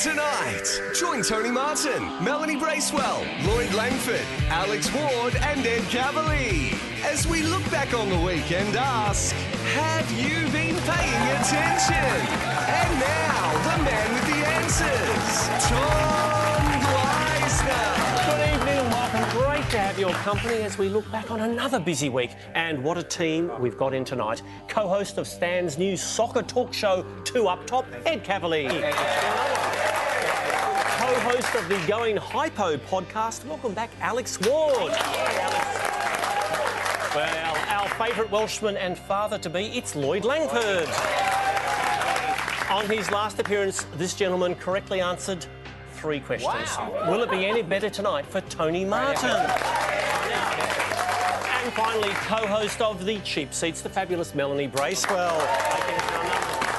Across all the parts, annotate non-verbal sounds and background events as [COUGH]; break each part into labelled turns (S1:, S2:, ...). S1: Tonight, join Tony Martin, Melanie Bracewell, Lloyd Langford, Alex Ward, and Ed Cavalier as we look back on the week and ask, have you been paying attention? And now, the man with the answers, Tom Gleisner.
S2: Good evening and welcome. Great to have your company as we look back on another busy week. And what a team we've got in tonight. Co host of Stan's new soccer talk show, Two Up Top, Ed Cavalier. Co host of the Going Hypo podcast, welcome back, Alex Ward. Well, our favourite Welshman and father to be, it's Lloyd Langford. On his last appearance, this gentleman correctly answered three questions. Will it be any better tonight for Tony Martin? And finally, co-host of the Cheap Seats, the fabulous Melanie Bracewell.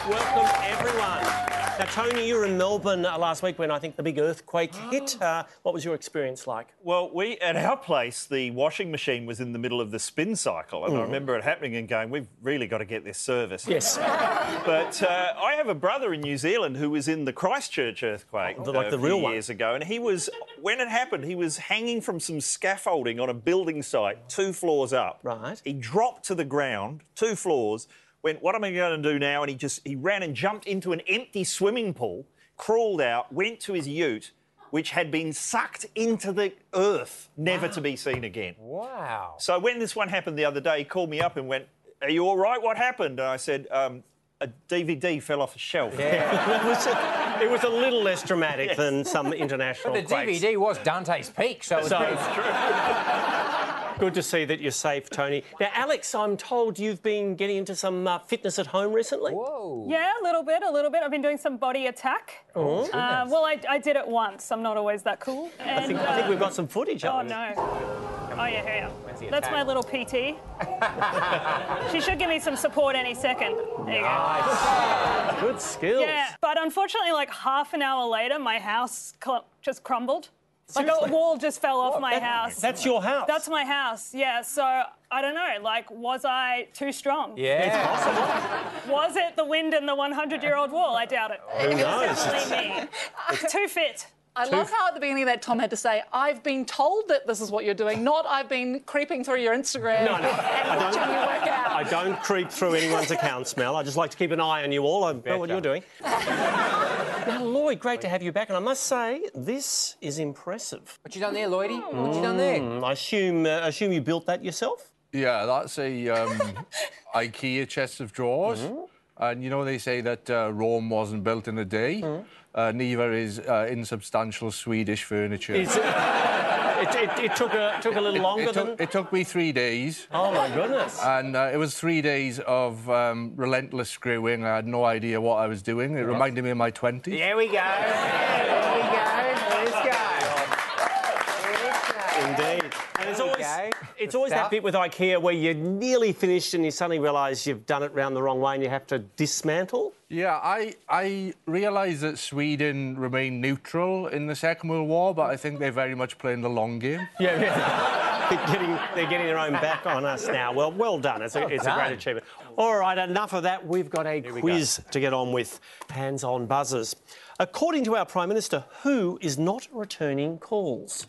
S2: Welcome everyone. Now, Tony, you were in Melbourne uh, last week when I think the big earthquake hit. Uh, what was your experience like?
S3: Well, we at our place, the washing machine was in the middle of the spin cycle, and I remember it happening and going, "We've really got to get this service."
S2: Mm. [LAUGHS] Yes,
S3: But uh, I have a brother in New Zealand who was in the Christchurch earthquake,
S2: The- Oh, like
S3: a
S2: the
S3: few
S2: real one.
S3: years ago, and he was when it happened, he was hanging from some scaffolding on a building site, two floors up.
S2: Right.
S3: He dropped to the ground, two floors. Went, "What am I going to do now?" And he just he ran and jumped into an empty swimming pool, crawled out, went to his ute. Which had been sucked into the earth, never to be seen again.
S4: Wow.
S3: So when this one happened the other day, he called me up and went, "Are you all right? What happened?" And I said, um, "A DVD fell off a shelf."
S2: it was a, it was a little less dramatic than some international
S4: The
S2: quakes.
S4: DVD was Dante's Peak, so, it's
S2: So Good to see that you're safe, Tony. Now, Alex, I'm told you've been getting into some uh, fitness at home recently.
S4: Whoa.
S5: Yeah, a little bit, a little bit. I've been doing some body attack. Oh, uh, well, I, I did it once. I'm not always that cool. And,
S2: I think, I think
S5: uh,
S2: we've got some footage.
S5: Oh
S2: haven't we?
S5: no. Oh yeah, here
S4: Where's
S5: we
S4: the
S5: are. That's
S4: attack?
S5: my little PT.
S2: [LAUGHS]
S5: she should give me some support any second. There you go.
S2: Good skills.
S5: Yeah, but unfortunately, like half an hour later, my house cl- just crumbled. Like
S2: Seriously?
S5: a wall just fell off my house.
S2: That's your house.
S5: That's my house. Yeah. So I don't know. Like, was I too strong?
S4: Yeah.
S5: Was it the wind and the 100 year old wall? I doubt
S2: Oh,
S5: it. Who
S2: knows?
S5: Definitely me. [LAUGHS] It's too fit.
S6: I love how at the beginning of that Tom had to say, I've been told that this is what you're doing, not I've been creeping through your Instagram
S2: No,
S6: [LAUGHS]
S2: no, [LAUGHS]
S6: and
S2: I don't-
S6: watching you work out.
S2: I don't creep through anyone's accounts, Mel. I just like to keep an eye on you all. I know what you're doing. now, Lloyd, great to have you back. And I must say, this is impressive.
S4: What you done there, Lloydie? What you done there?
S2: I assume, uh, assume you built that yourself?
S7: Yeah, that's a [LAUGHS] um, IKEA chest of drawers. And you know they say that uh, Rome wasn't built in a day. Uh, neither is uh, insubstantial Swedish furniture.
S2: Is it, [LAUGHS] it, it- it took, a, took a little longer
S7: it,
S2: than.
S7: took, it took me three days,
S2: Oh, my goodness.
S7: and uh, it was three days of um, relentless screwing. I had no idea what I was doing. It reminded me of my 20s.
S4: There we go. There we go. Let's go.
S2: Indeed. And it's
S4: There you
S2: always,
S4: go.
S2: it's
S4: The
S2: always that
S4: stuff.
S2: bit with IKEA where you're nearly finished and you suddenly realise you've done it round the wrong way and you have to dismantle.
S7: Yeah, I I realise that Sweden remained neutral in the Second World War, but I think they're very much playing the long game.
S2: Yeah, yeah. [LAUGHS] they're, getting, they're getting their own back on us now. Well, well done. It's, a, it's a
S4: done.
S2: great achievement. All right, enough of that. We've got a quiz to get on with. Hands on buzzers. According to our Prime Minister, who is not returning calls?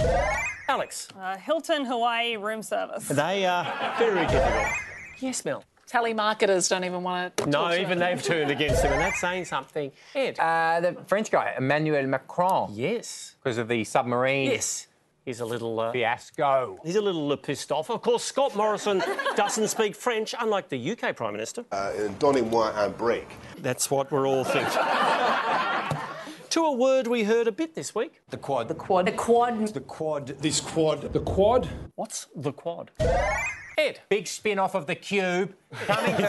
S2: Alex.
S5: Uh, Hilton Hawaii room service.
S2: They are very difficult. Yes, Mel.
S6: Telemarketers don't even want to.
S2: No,
S6: talk to
S2: even
S6: them.
S2: they've turned against him, and that's saying something. Ed.
S4: Uh, the French guy, Emmanuel Macron,
S2: yes.
S4: because of the submarine
S2: Yes. He's a little. Uh,
S4: fiasco.
S2: He's a little uh, pissed off. Of course, Scott [LAUGHS] Morrison doesn't speak French, unlike the UK Prime Minister.
S8: uh, Donnez-moi un break.
S2: Uh, That's what we're all thinking. [LAUGHS] to a word we heard a bit this week.
S9: The quad. The
S6: Quad. The quad.
S9: The quad. This quad. The quad.
S2: What's the quad?
S4: Ed. Big spin off of The Cube coming to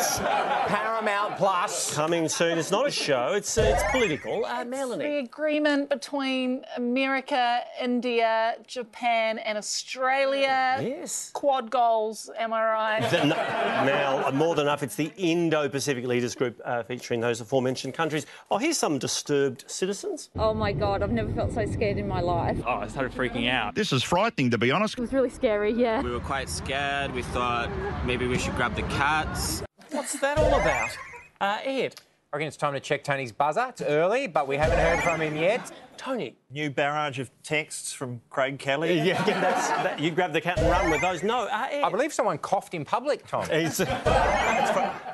S4: Paramount Plus.
S2: Coming soon. It's not a show. It's uh, it's political. Uh,
S6: The
S2: Melanie.
S6: agreement between America, India, Japan, and Australia.
S2: Yes.
S6: Quad goals, am I right?
S2: The- no, Mel, uh, more than enough. It's the Indo-Pacific Leaders Group uh, featuring those aforementioned countries. Oh, here's some disturbed citizens.
S10: Oh my god, I've never felt so scared in my life.
S11: Oh, I started freaking out.
S9: This is frightening, to be honest.
S10: It was really scary, yeah.
S11: We were quite scared. We thought maybe we should grab the cats.
S2: What's that all about? Uh, Ed.
S4: I reckon it's time to check Tony's buzzer. It's early, but we haven't heard from him yet.
S2: Tony.
S3: [LAUGHS] New barrage of texts from Craig Kelly.
S2: [LAUGHS] Yeah, yeah, that's- that- you grab the cat and run with those. No, uh, I
S4: believe someone coughed in public, Tom.
S2: It's,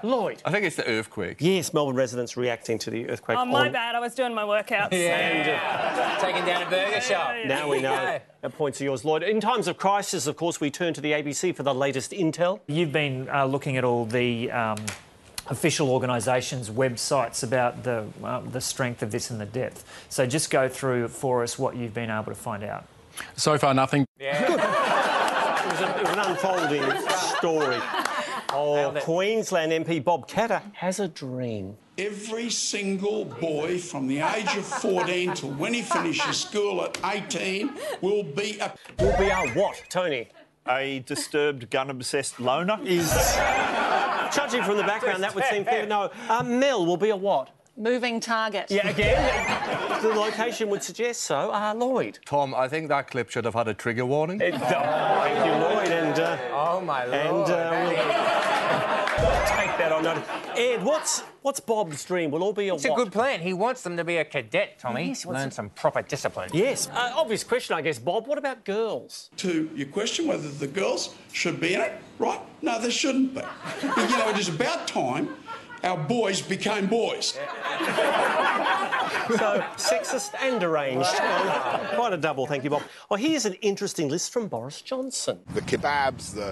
S2: Lloyd.
S7: I think it's the earthquake.
S2: Yes, Melbourne residents reacting to the earthquake.
S5: Oh, my
S2: on-
S5: bad. I was doing my workouts.
S4: Yeah. Taking down a burger shop.
S2: Now we know. That points are yours, Lloyd. In times of crisis, of course, we turn to the ABC for the latest intel.
S12: You've been uh, looking at all the um, official organisations' websites about the uh, the strength of this and the depth. So just go through for us what you've been able to find out.
S7: So far, nothing.
S2: It was, a- it was an unfolding story. Oh, Queensland MP Bob Catter has a dream.
S13: Every single boy from the age of 14 till when he finishes school at 18 will be a.
S2: Will be a what, Tony?
S3: A disturbed, gun obsessed loner.
S2: Is. Judging from the background, that would seem fair. No, uh, Mel will be a what?
S6: Moving target.
S2: Yeah, again. the location would suggest so. Uh, Lloyd.
S7: Tom, I think that clip should have had a trigger warning.
S2: It- oh, thank you, Lloyd. And, uh,
S4: oh, my Lord.
S2: And uh, we'll take that on notice. Ed, what's, what's Bob's dream? We'll all be a
S4: It's a
S2: what?
S4: good plan. He wants them to be a cadet, Tommy.
S2: Yes, he wants
S4: Learn some proper discipline.
S2: Yes. Uh, obvious question, I guess, Bob. What about girls?
S13: To your question whether the girls should be in it, right? No, they shouldn't be. But, you know, it is about time our boys became boys.
S2: So sexist and [LAUGHS] deranged. Uh, Quite a double, thank you, Bob. Well, here's an interesting list from Boris Johnson.
S8: The kebabs, the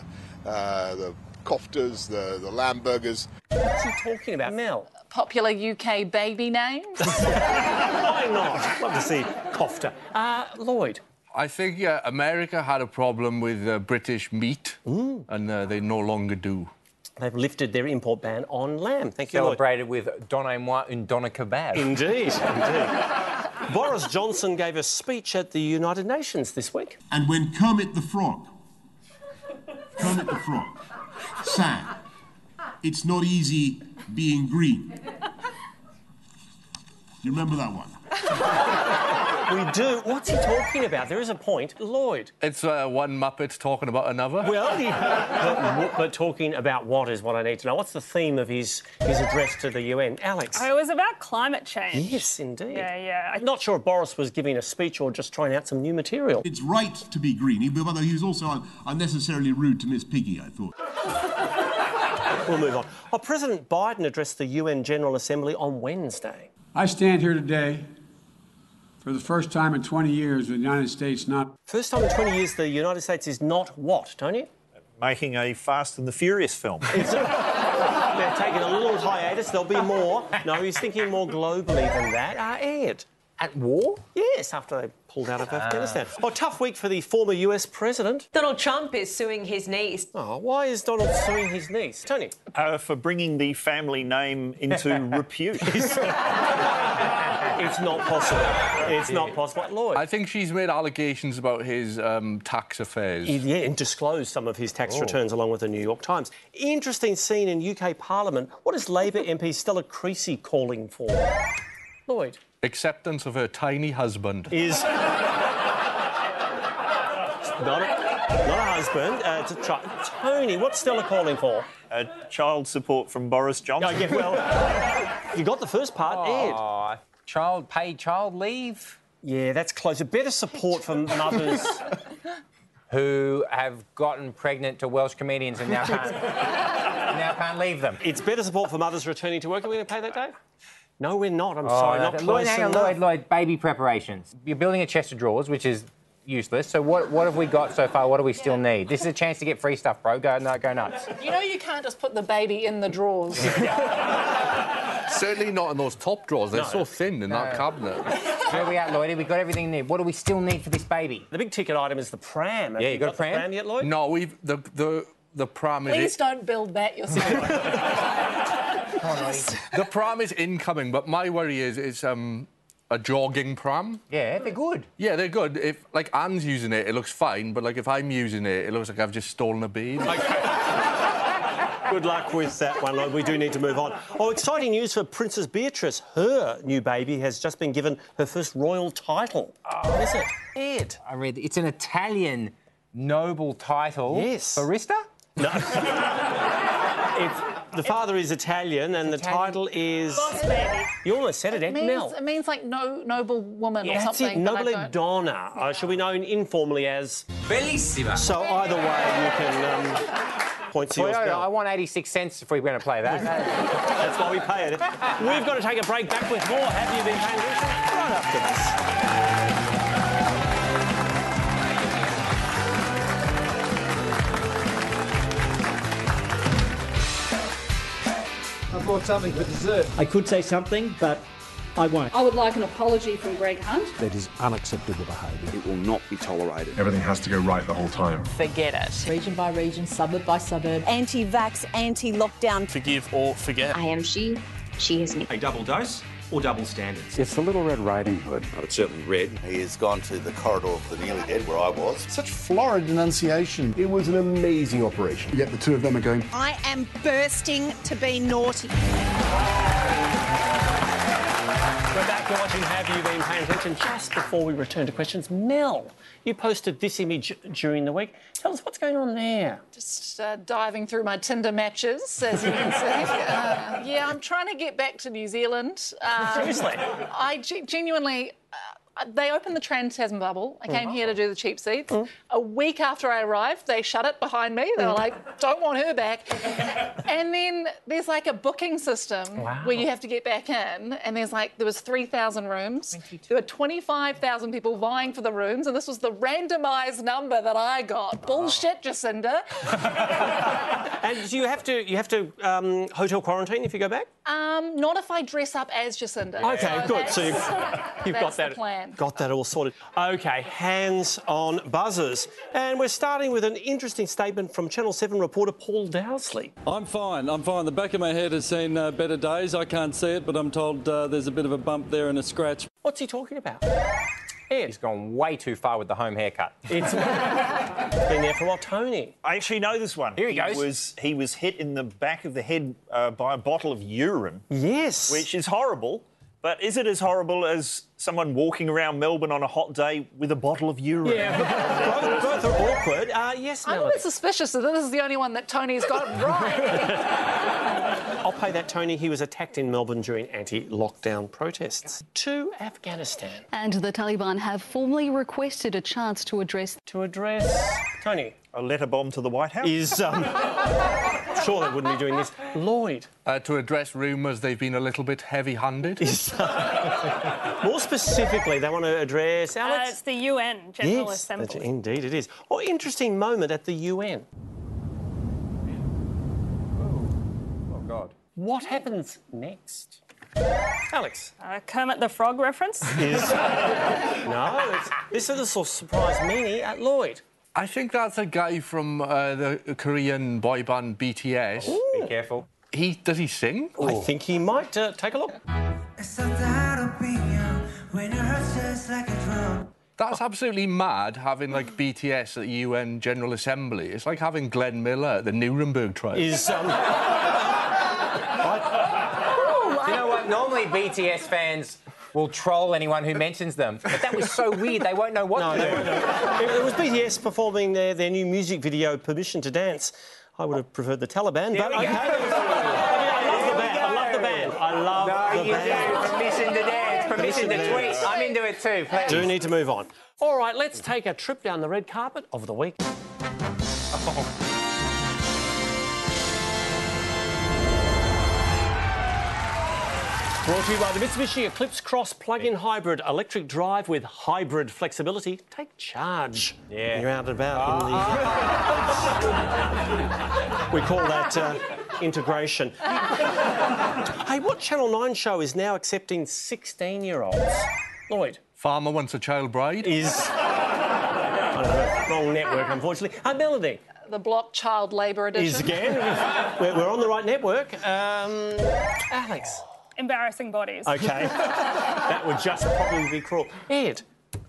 S8: uh, the koftas, the the lamb burgers.
S2: What's he talking about, Mel?
S6: Popular UK baby names.
S2: Why not? Love to see Kofta. Uh, Lloyd.
S7: I think uh, America had a problem with uh, British meat, and uh, they no longer do.
S2: They've lifted their import ban on lamb. Thank you, Lloyd.
S4: Celebrated with Donna Moi and Donna Kebab.
S2: Indeed, indeed. Boris Johnson gave a speech at the United Nations this week.
S14: And when Kermit the Frog, Kermit the Frog, sang, It's Not Easy Being Green. You remember that one?
S2: We do. What's he talking about? There is a point. Lloyd.
S7: It's uh, one Muppet talking about another.
S2: Well, he- but, but talking about what is what I need to know. What's the theme of his his address to the UN, Alex?
S5: Oh, it was about climate change.
S2: Yes, indeed.
S5: Yeah, yeah.
S2: I'm not sure if Boris was giving a speech or just trying out some new material.
S14: It's right to be green, he- although he was also un- unnecessarily rude to Miss Piggy, I thought.
S2: We'll move on. Oh, President Biden addressed the UN General Assembly on Wednesday.
S15: I stand here today for the first time in 20 years with the United States not.
S2: First time in 20 years the United States is not what, Tony?
S3: Making a Fast and the Furious film.
S2: They're taking a little hiatus. There'll be more. No, he's thinking more globally than that. Uh, Ed.
S4: At war?
S2: Yes, after they pulled out of Afghanistan. Oh, tough week for the former US president.
S16: [LAUGHS] Donald Trump is suing his niece.
S2: Oh, why is Donald suing his niece? Tony.
S3: Uh, for bringing the family name into repute.
S2: It's not possible. It's not possible. Lloyd.
S7: I think she's made allegations about his um, tax affairs.
S2: He, yeah, and disclosed some of his tax
S7: Oh.
S2: returns along with the New York Times. Interesting scene in UK Parliament. What is Labour MP Stella Creasy calling for? Lloyd.
S7: Acceptance of her tiny husband.
S2: Is not a, not a husband. Uh, it's a chi- Tony, what's Stella calling for?
S3: Uh, child support from Boris Johnson.
S2: Oh, yeah, well, you got the first part, Ed.
S4: Aw, child paid child leave.
S2: Yeah, that's closer. Better support for mothers.
S4: Who have gotten pregnant to Welsh comedians and now
S2: [LAUGHS]
S4: can't, now can't leave them.
S2: it's better support for mothers returning to work. Are we going to pay that, Dave? No, we're not. I'm
S4: Oh,
S2: sorry,
S4: no,
S2: not
S4: that-
S2: close
S4: Lloyd, hang on,
S2: enough.
S4: Lloyd, Lloyd, baby preparations. You're building a chest of drawers, which is useless. So what, what have we got so far? What do we still need? This is a chance to get free stuff, bro. Go, no, go nuts.
S6: You know you can't just put the baby in the drawers.
S7: Certainly not in those top drawers. They're so thin in that cabinet.
S4: Where are we at, Lloyd? We got everything we need. What do we still need for this baby?
S2: The big ticket item is the pram. Have
S4: Yeah, you got a
S2: the
S4: pram?
S2: yet, Lloyd?
S7: no, we've the the the pram is
S6: Please don't build
S2: [LAUGHS]
S6: that yourself.
S7: the pram is incoming, but my worry is it's um a jogging pram.
S4: Yeah, they're good.
S7: Yeah, they're good. If like Anne's using it, it looks fine. But like if I'm using it, it looks like I've just stolen a bead.
S2: Good luck with that one, Lloyd. We do need to move on. Oh, exciting news for Princess Beatrice. Her new baby has just been given her first royal title. What is it? Ed.
S4: I read it's an Italian noble title.
S2: Yes.
S4: Barista?
S2: No. [LAUGHS] it's The father is Italian, and the title is. You almost said it,
S6: It
S2: Ed
S6: means,
S2: Mel.
S6: it means like no noble woman
S2: Yeah,
S6: or
S2: that's it.
S6: something. but I
S2: Nobile
S6: don't-
S2: Donna. Uh, she'll be known informally as.
S4: Bellissima.
S2: So either way, you can um, point to your
S4: Toyota,
S2: spell.
S4: I want 86 cents if we're going to play that.
S2: That's why we
S4: [LAUGHS]
S2: pay it. We've got to take a break. Back with more. Have you been paying attention? Right after this.
S17: I brought something for dessert. I could say something, but I won't.
S10: I would like an apology from Greg Hunt.
S17: That is unacceptable behaviour. It will not be tolerated.
S9: Everything has to go right the whole time.
S18: Forget it. [LAUGHS] Region by region, suburb by suburb. Anti vax, anti lockdown. Forgive or forget. I am she, she is me.
S19: A double dose or double standards?
S20: It's the Little Red Riding Hood.
S21: It's certainly red. He has gone to the corridor of the nearly dead where I was.
S20: Such florid denunciation. It was an amazing operation. Yet the two of them are going.
S18: I am bursting to be naughty.
S2: We're back. You're watching Have You Been Paying Attention? Just before we return to questions, Mel, you posted this image during the week. Tell us what's going on there.
S6: Just uh, diving through my Tinder matches, as you can see. Uh, yeah, I'm trying to get back to New Zealand. Um,
S2: Seriously?
S6: I ge- genuinely. Uh, they opened the Trans Tasman bubble. I came
S18: Mm.
S6: here to do the cheap seats. A week after I arrived, they shut it behind me. They were like, don't want her back. and then there's like a booking system
S18: Wow.
S6: where you have to get back in. And there's like, there was 3,000 rooms. There were 25,000 people vying for the rooms. And this was the randomized number that I got. Bullshit, Jacinda.
S2: And do you have to you have to um, hotel quarantine if you go back?
S6: Um, not if I dress up as Jacinda.
S2: Okay, good. So you've,
S6: that's-
S2: you've
S6: [LAUGHS]
S2: got
S6: that's
S2: that
S6: The plan.
S2: got that all sorted. Okay, hands on buzzers, and we're starting with an interesting statement from Channel Seven reporter Paul Dowsley.
S22: I'm fine. I'm fine. The back of my head has seen uh, better days. I can't see it, but I'm told uh, there's a bit of a bump there and a scratch.
S2: What's he talking about?
S4: He's gone way too far with the home haircut.
S2: It's [LAUGHS] been there for a while, Tony.
S3: I actually know this one. Here he, goes. Was, he was hit in the back of the head uh, by a bottle of urine.
S2: Yes.
S3: Which is horrible. But is it as horrible as someone walking around Melbourne on a hot day with a bottle of urine?
S2: Yeah, both, both are awkward. Uh, yes,
S6: I'm a
S2: Melody.
S6: bit suspicious that this is the only one that
S2: [LAUGHS]
S6: Tony's got right.
S2: I'll pay that, Tony. He was attacked in Melbourne during anti-lockdown protests. To Afghanistan.
S23: And the Taliban have formally requested a chance to address.
S2: To address. Tony.
S3: A letter bomb to the White House?
S2: Is, um... [LAUGHS] sure they wouldn't be doing this. Lloyd.
S7: Uh, to address rumours they've been a little bit heavy handed.
S2: More specifically, they want to address
S5: Uh,
S2: Alex.
S5: it's the UN General
S2: yes, that's-
S5: Assembly.
S2: indeed it is. Oh, interesting moment at the UN.
S22: Oh, God.
S2: What happens next? Alex.
S5: Uh, Kermit the Frog reference.
S2: Is no, it's, this is the sort of surprise meanie at Lloyd.
S7: I think that's a guy from uh, the Korean boy band BTS.
S4: Be careful.
S7: He does he sing?
S22: Oh.
S2: I think he might. Uh, take a look.
S7: That's absolutely mad having like BTS at the UN General Assembly. It's like having Glenn Miller at the Nuremberg trial.
S2: Is um,
S4: Do you know what? Normally BTS fans will troll anyone who mentions them, but that was so weird they won't know what to do.
S2: if it was BTS performing their, their new music video, Permission to Dance, I would have preferred the Taliban, but okay. I love the band. I love the band.
S4: Permission to dance, permission to tweet. I'm into it too, please.
S2: Do need to move on. All right, let's take a trip down the red carpet of the week. Brought to you by the Mitsubishi Eclipse Cross plug-in hybrid electric drive with hybrid flexibility. Take charge. Yeah. You're out and about. in the- we call that uh, integration. hey, what Channel 9 show is now accepting 16-year-olds? Lloyd.
S7: Farmer wants a child bride.
S2: Is I don't know, wrong network, unfortunately. Uh, Melody
S6: the block child labour edition.
S2: is again. we're, we're on the right network. Um, Alex.
S5: Embarrassing bodies.
S2: Okay. that would just probably be cruel. Ed.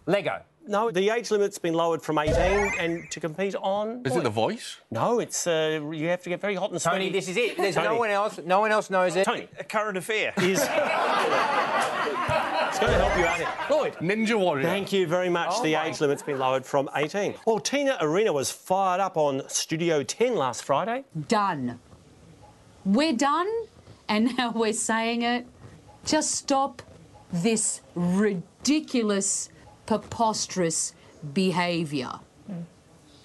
S4: Lego.
S2: No, the age limit's been lowered from 18 and to compete on.
S7: Is it The Voice?
S2: No, it's uh, you have to get very hot and sweaty.
S4: Tony, this is it. There's no
S2: Tony.
S4: one else. No one else knows it.
S2: Tony.
S3: A current affair.
S2: Is It's going to help you out here. Lloyd.
S7: Ninja Warrior.
S2: Thank you very much.
S4: Oh
S2: the
S4: my-
S2: age limit's been lowered from 18. Well, Tina Arena was fired up on Studio 10 last Friday.
S24: Done.
S23: We're done, and now we're saying it. Just stop this ridiculous, preposterous behaviour.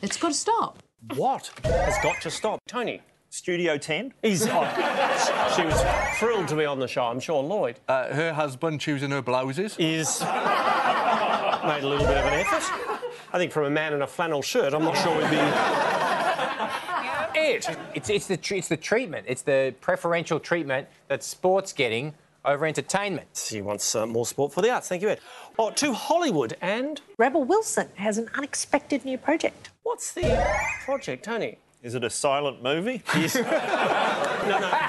S23: It's got to stop.
S2: What has got to stop? Tony.
S3: Studio 10?
S2: He's on. she was thrilled to be on the show, I'm sure. Lloyd.
S7: Uh, her husband choosing her blouses.
S2: Is. made a little bit of an effort. I think from a man in a flannel shirt, I'm not sure we'd be.
S4: It. It's, it's, the, tr- it's the treatment. It's the preferential treatment that sport's getting over entertainment.
S2: She wants uh, more sport for the arts. Thank you, Ed. Oh, to Hollywood and.
S1: Rebel Wilson has an unexpected new project.
S2: What's the project, Tony?
S3: Is it a silent movie? Yes.
S2: No, no.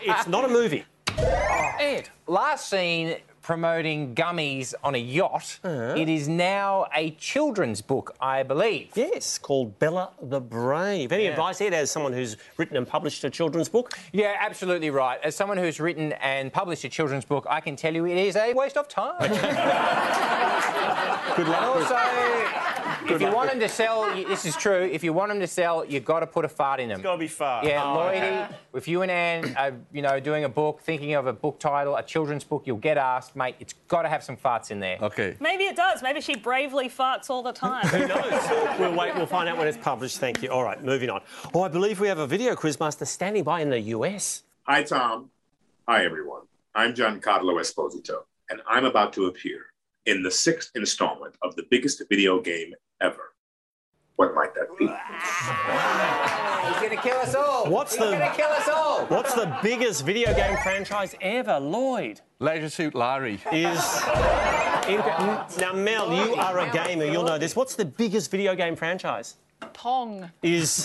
S2: It's not a movie.
S4: Ed. Last seen promoting gummies on a yacht. It is now a children's book, I believe.
S2: Yes, called Bella the Brave. Any advice, Ed, as someone who's written and published a children's book?
S4: Yeah, absolutely right. As someone who's written and published a children's book, I can tell you it is a waste of time.
S2: Good luck.
S4: And also, if
S2: Good
S4: you
S2: luck.
S4: want them to sell, you- this is true. If you want them to sell, you've got to put a fart in them. It's got
S3: to be
S2: [LAUGHS]
S3: fart.
S4: Yeah,
S3: Oh,
S4: Lloydie,
S3: okay.
S4: if you and Anne are, you know, doing a book, thinking of a book title, a children's book, you'll get asked, mate. It's got to have some farts in there.
S7: Okay.
S5: Maybe it does. Maybe she bravely farts all
S4: [LAUGHS]
S5: the time.
S2: [LAUGHS] We'll wait, we'll find out when it's published. Thank you. All right, moving on. Oh, I believe we have a video quizmaster standing by in the US.
S11: Hi, Tom. Hi, everyone. I'm Giancarlo Esposito, and I'm about to appear in the sixth installment of the biggest video game ever. What might that be?
S4: He's gonna kill us all.
S2: What's
S4: He's
S2: the-
S4: gonna kill us all.
S2: What's the biggest video game franchise ever, Lloyd?
S7: Leisure Suit Larry.
S2: Is. inc- now, Mel, you are a gamer. You'll know this. What's the biggest video game franchise?
S6: Pong.
S2: Is [LAUGHS]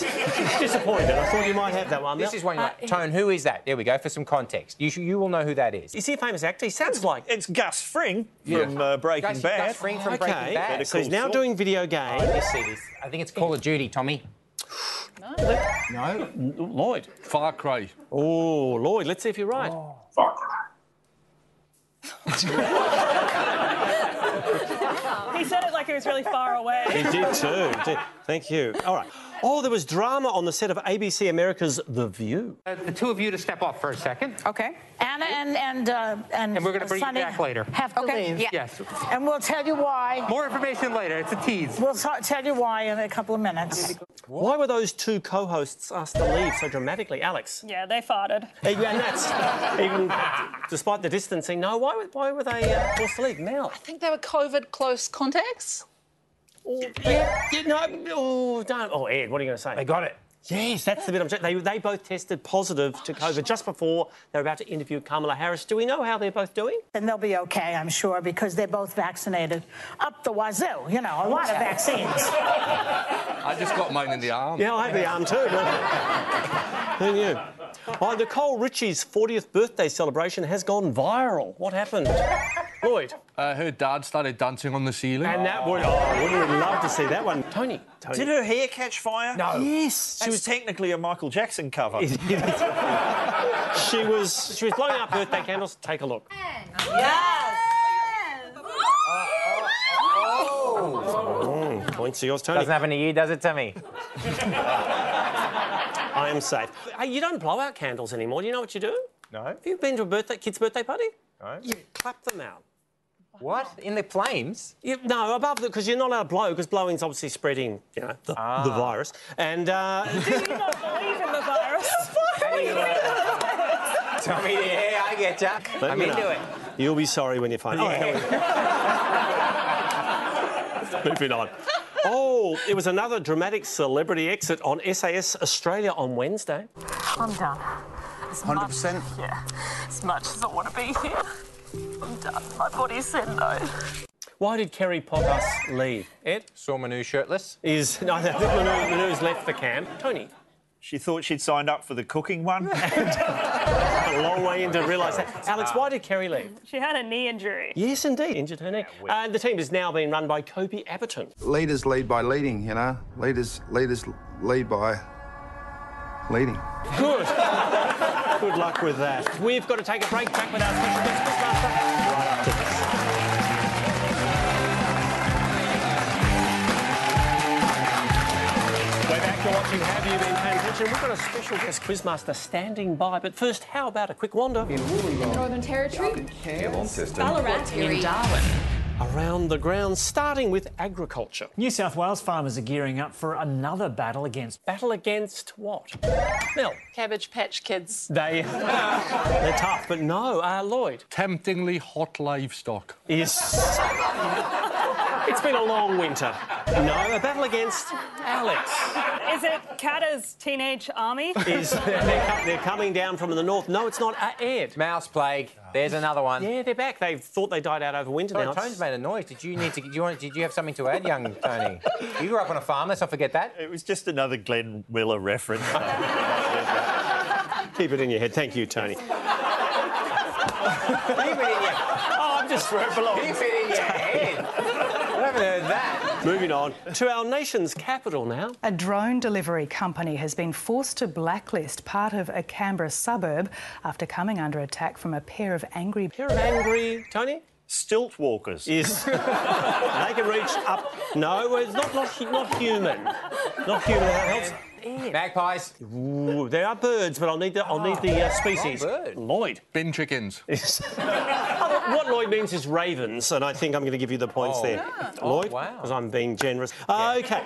S2: disappointed. I thought you might have that one.
S4: This
S2: Mel.
S4: is one. you like. Tone, who is that? There we go. For some context, you sh- you will know who that is.
S2: Is he a famous actor? He sounds like
S3: It's Gus Fring from
S4: Yeah.
S3: uh, Breaking
S4: Gus-
S3: Bad.
S4: Gus Fring from
S2: okay.
S4: Breaking Bad.
S2: So he's
S4: Better
S2: now
S4: Call
S2: doing video games.
S4: Let me see this. I think it's Call of Duty, Tommy. No.
S2: L- Lloyd.
S7: Far Cry.
S2: Oh, Lloyd. Let's see if you're right.
S11: Far Cry.
S5: he said it like it was really far away.
S2: He did too. He did. Thank you. All right. Oh, there was drama on the set of ABC America's The View.
S4: Uh, the two of you to step off for a second.
S12: Okay. Anna and and uh, and,
S4: And we're gonna bring you
S12: Sonny
S4: back later.
S12: Have to
S4: Okay,
S12: leave.
S4: yeah. Yes.
S12: And we'll tell you why.
S4: More information later. It's a tease.
S12: We'll ta- tell you why in a couple of minutes.
S2: Why were those two co-hosts asked to leave so dramatically, Alex?
S5: Yeah, they farted.
S2: Uh, yeah, And that's even despite the distancing. No, why, were- why were they uh, forced to leave, Mel?
S6: I think they were COVID close contacts.
S2: Yeah, yeah, no, oh, don't. Oh, Ed, what are you going to say?
S4: They got it.
S2: Yes, that's the bit I'm. They, they both tested positive to COVID just before they were about to interview Kamala Harris. Do we know how they're both doing?
S12: And they'll be okay, I'm sure, because they're both vaccinated up the wazoo. You know, a lot of vaccines.
S7: I just got mine in the arm.
S2: Yeah, I have the arm too. But... Who knew? Oh, Nicole Richie's 40th birthday celebration has gone viral. What happened? Lloyd.
S7: Uh, her dad started dancing on the ceiling.
S2: And that would. Oh, we would love to see that one. Tony. Tony.
S3: Did her hair catch fire?
S2: No. Yes.
S3: She was technically a Michael Jackson cover.
S2: she was she was blowing out birthday candles. Take a look. Mm, points to yours, Tony.
S4: Doesn't happen to you, does it, Tommy?
S2: I am safe. Hey, you don't blow out candles anymore. Do you know what you do?
S4: No.
S2: Have you been to a birthday kid's birthday party?
S4: No.
S2: You clap them out.
S4: What? In the flames?
S2: You, no, above because you're not allowed to blow because blowing's obviously spreading, you know, the, the virus. And uh,
S5: Do you not believe in the virus?
S4: [LAUGHS] Tommy, yeah, I get ya.
S2: let
S4: I'm
S2: me
S4: into
S2: know.
S4: it.
S2: You'll be sorry when you find out. [LAUGHS] Moving on. Oh, it was another dramatic celebrity exit on SAS Australia on Wednesday.
S12: I'm done. As
S20: 100%.
S12: Much, yeah, as much as I want to be here. I'm done. My body's said no.
S2: Why did Kerry Pogos leave? Ed
S4: Saw Manu shirtless.
S2: is [LAUGHS] no, I think Manu, Manu's left the camp. Tony,
S3: She thought she'd signed up for the cooking one.
S4: [LAUGHS]
S2: a long way in to realise that. Alex, why did Kerry leave?
S5: She had a knee injury.
S2: Yes, indeed, injured her neck. Uh, the team is now being run by Kobe Apperton.
S24: Leaders lead by leading, you know. Leaders, leaders lead by leading.
S2: Good. Good luck with that. We've got to take a break. Back with our special guest, Chris Master, right after this. We're back to what's you have. You've been paying attention. We've got a special guest quizmaster standing by. But first, how about a quick wander? In
S8: Northern Territory, Ballarat,
S2: In Darwin. Around the ground, starting with agriculture.
S13: New South Wales farmers are gearing up for another battle against.
S2: Battle against what? Mel.
S6: Cabbage Patch Kids.
S13: [LAUGHS]
S2: They, they're tough, but no. Uh, Lloyd.
S7: Temptingly hot livestock.
S2: Yes. it's been a long winter. No, a battle against Alex.
S5: Is it Kata's teenage army?
S2: Is they're, co- they're coming down from the north. No, it's not. Uh, Ed.
S4: Mouse plague. There's another one.
S2: Yeah, they're back. They thought they died out over winter.
S4: Sorry,
S2: now
S4: Tone's made a noise. Did you need to? Do you want, did you have something to add, young Tony? You grew up on a farm. Let's not forget that.
S3: It was just another Glenn Miller
S4: [LAUGHS]
S3: reference.
S2: Keep it in your head. Thank you, Tony.
S4: Keep it in your. Oh,
S2: I'm just where it belongs.
S4: Keep it in your head. I haven't heard that.
S2: Moving on to our nation's capital now.
S14: A drone delivery company has been forced to blacklist part of a Canberra suburb after coming under attack from a pair of angry. Pair
S2: of angry, Tony?
S3: Stilt walkers.
S2: Is they can reach up? No, it's not not, hu- not human. Not human. That helps.
S4: Magpies.
S2: Ooh, they are birds, but I'll need the I'll need
S4: Ah,
S2: the uh, species. [LAUGHS] Lloyd.
S7: Bin chickens.
S2: what Lloyd means is ravens, and I think I'm going to give you the points
S4: Oh.
S2: there,
S4: Yeah. Oh,
S2: Lloyd,
S4: wow.
S2: because I'm being generous. Uh, Okay,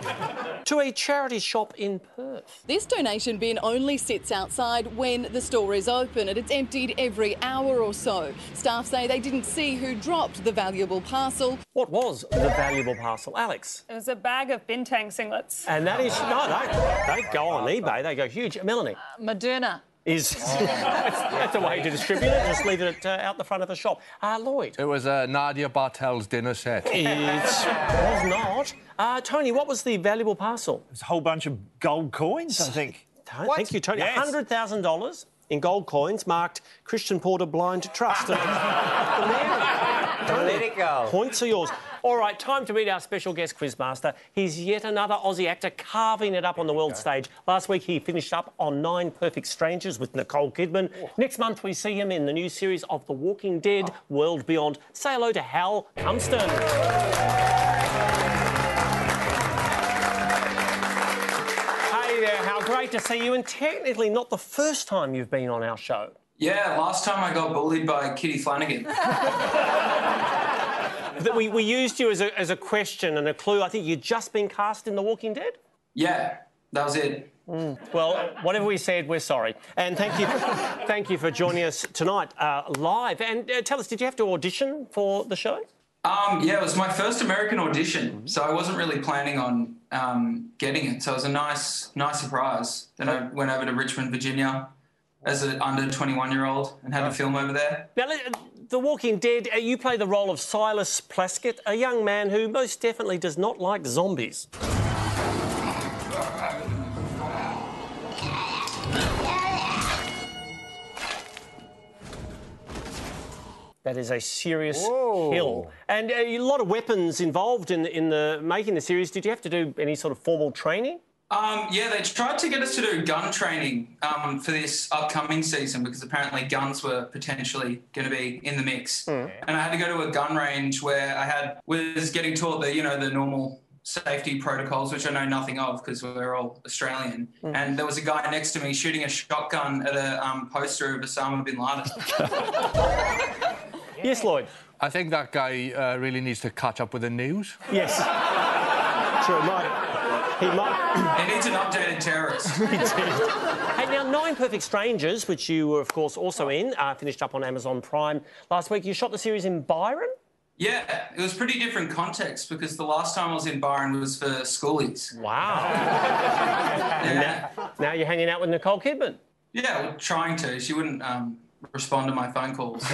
S2: to a charity shop in Perth.
S8: This donation bin only sits outside when the store is open and it's emptied every hour or so. Staff say they didn't see who dropped the valuable parcel.
S2: What was the valuable parcel, Alex?
S5: It was a bag of bintang singlets.
S2: And that is no, they, they go on eBay. They go huge. Melanie
S6: Moderna.
S2: is [LAUGHS]
S4: Oh.
S2: that's, that's a way to distribute it. Just leave it at, uh, out the front of the shop. Ah, Lloyd.
S7: It was uh, Nadia Bartel's dinner set.
S2: It was not. Uh, Tony, what was the valuable parcel?
S3: There's a whole bunch of gold coins, I think.
S2: Tony- Thank you, Tony.
S3: Yes.
S2: $100,000 in gold coins marked Christian Porter Blind Trust.
S4: Don't let it go.
S2: Points are yours. All right, time to meet our special guest quizmaster. He's yet another Aussie actor carving it up on the world stage. Last week he finished up on Nine Perfect Strangers with Nicole Kidman. Next month we see him in the new series of The Walking Dead: World Beyond. Say hello to Hal Cumston. Hey there, Hal. Great to see you, and technically not the first time you've been on our show.
S15: Yeah, last time I got bullied by Kitty Flanagan.
S2: That we, we used you as a, as a question and a clue. I think you'd just been cast in The Walking Dead. Hmm.
S15: Yeah, that was it.
S2: Well, whatever we said, we're sorry. And thank you, thank you for joining us tonight uh, live. And uh, tell us, did you have to audition for the show?
S15: Um, yeah, it was my first American audition, so I wasn't really planning on um, getting it. So it was a nice, nice surprise. Then I went over to Richmond, Virginia, as an under 21 year old, and had a film over there.
S2: Now, let- The Walking Dead, uh, you play the role of Silas Plaskett, a young man who most definitely does not like zombies. That is a serious kill, and uh, a lot of weapons involved in in the making the series. Did you have to do any sort of formal training?
S15: Um, yeah, they tried to get us to do gun training um, for this upcoming season because apparently guns were potentially going to be in the mix. And I had to go to a gun range where I had was getting taught the you know the normal safety protocols, which I know nothing of because we're all Australian.
S25: Mm.
S15: And there was a guy next to me shooting a shotgun at a um, poster of Osama bin Laden.
S2: Yes, Lloyd.
S7: I think that guy uh, really needs to catch up with the news.
S2: Yes. [LAUGHS] Sure, might. He might.
S15: he needs an updated terrorist.
S2: Hey, now, Nine Perfect Strangers, which you were, of course, also in, uh, finished up on Amazon Prime last week. You shot the series in Byron?
S15: yeah, it was pretty different context because the last time I was in Byron was for schoolies.
S2: Wow. now, now you're hanging out with Nicole Kidman.
S15: Yeah, well, trying to. She wouldn't um, respond to my phone calls.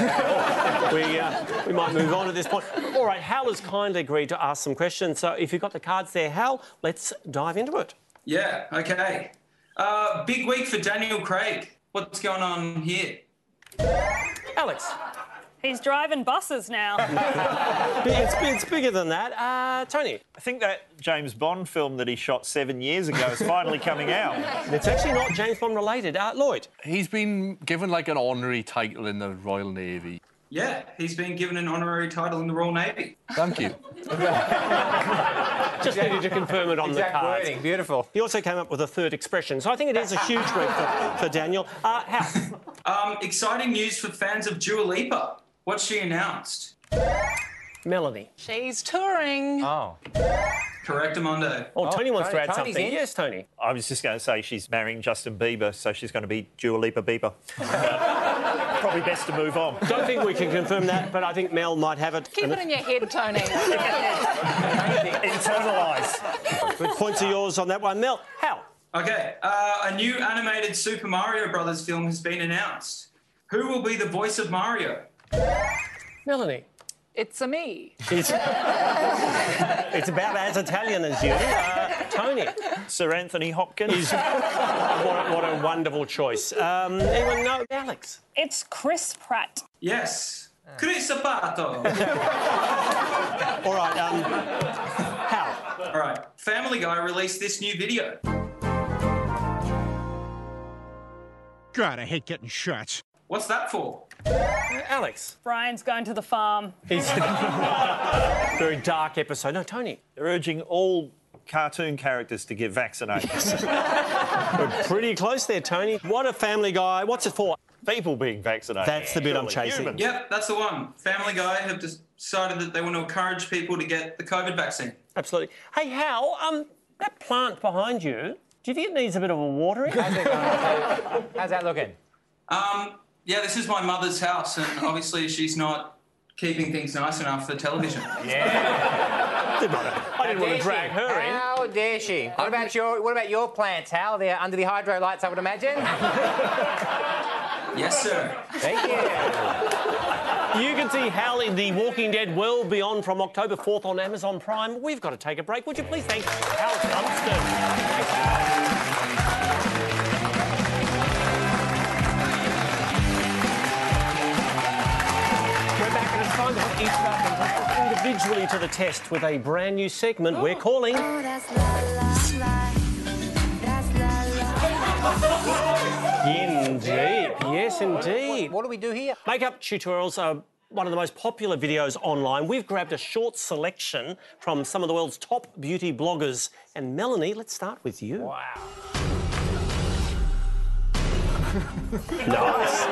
S2: We, uh, we might move on at this point. All right, Hal has kindly agreed to ask some questions. So if you've got the cards there, Hal, let's dive into it.
S15: yeah, okay. Uh, big week for Daniel Craig. What's going on here?
S2: Alex.
S5: He's driving buses now.
S2: It's, it's bigger than that. Uh, Tony.
S3: I think that James Bond film that he shot seven years ago is finally coming
S4: [LAUGHS]
S3: out.
S2: It's actually not James Bond related. Uh, Lloyd.
S7: He's been given like an honorary title in the Royal Navy.
S15: Yeah, he's been given an honorary title in the Royal Navy.
S7: Thank you.
S2: Just needed to confirm it on
S4: Exact
S2: the card.
S4: wording, beautiful.
S2: He also came up with a third expression, so I think it is a huge week for, for Daniel. Uh, how?
S15: Um, exciting news for fans of Dua Lipa. What she announced?
S2: Melanie.
S4: [LAUGHS]
S6: She's touring.
S2: Oh.
S15: Correct, Amondo.
S2: Oh, Tony wants to add something. Yes, Tony.
S3: I was just going to say she's marrying Justin Bieber, so she's going to be Dua Lipa
S4: [LAUGHS]
S3: Bieber. Probably best to move on.
S2: Don't think we can confirm that, but I think Mel might have it.
S6: Keep it in your head, Tony.
S2: Internalise. Good points are yours on that one, Mel. How?
S15: Okay, uh, a new animated Super Mario Brothers film has been announced. Who will be the voice of Mario?
S2: Melanie.
S6: It's a me. [LAUGHS]
S2: It's, it's about as Italian as you. Uh, Tony.
S3: Sir Anthony Hopkins.
S2: what, a, what a wonderful choice. Um, anyone know? Alex.
S5: It's Chris Pratt.
S15: Yes. Chris Sapato.
S2: All right. Um, how?
S15: All right. Family Guy released this new video.
S9: God, I hate getting shots.
S15: What's that for?
S2: Alex.
S5: Brian's going to the farm.
S2: He's [LAUGHS] very dark episode. No, Tony.
S3: They're urging all cartoon characters to get vaccinated.
S2: We're pretty close there, Tony. What a family guy. What's it for?
S3: [LAUGHS] People being vaccinated.
S2: That's the bit I'm
S3: Surely
S2: chasing.
S3: humans.
S15: Yep, that's the one. Family Guy have des- decided that they want to encourage people to get the COVID vaccine.
S2: Absolutely. Hey, Hal, um, that plant behind you, do you think it needs a bit of a [LAUGHS] watering?
S4: How's that looking?
S15: Um, yeah, this is my mother's house, and obviously she's not keeping things nice enough for television.
S2: I didn't want to drag her in.
S4: How dare she? What about your What about your plants, Hal? They're under the hydro lights, I would imagine.
S15: yes, sir.
S4: Thank you.
S2: Uh, You can see Hal in The Walking Dead Well Beyond from October 4th on Amazon Prime. We've got to take a break. Would you please thank Hal Dumpster? We're back and it's time to put each of our contestants individually to the test with a brand new segment we're calling Indeed. Yes, indeed.
S4: What do we do here?
S2: Makeup tutorials are one of the most popular videos online. We've grabbed a short selection from some of the world's top beauty bloggers. And Melanie, let's start with you. Wow. [LAUGHS] nice.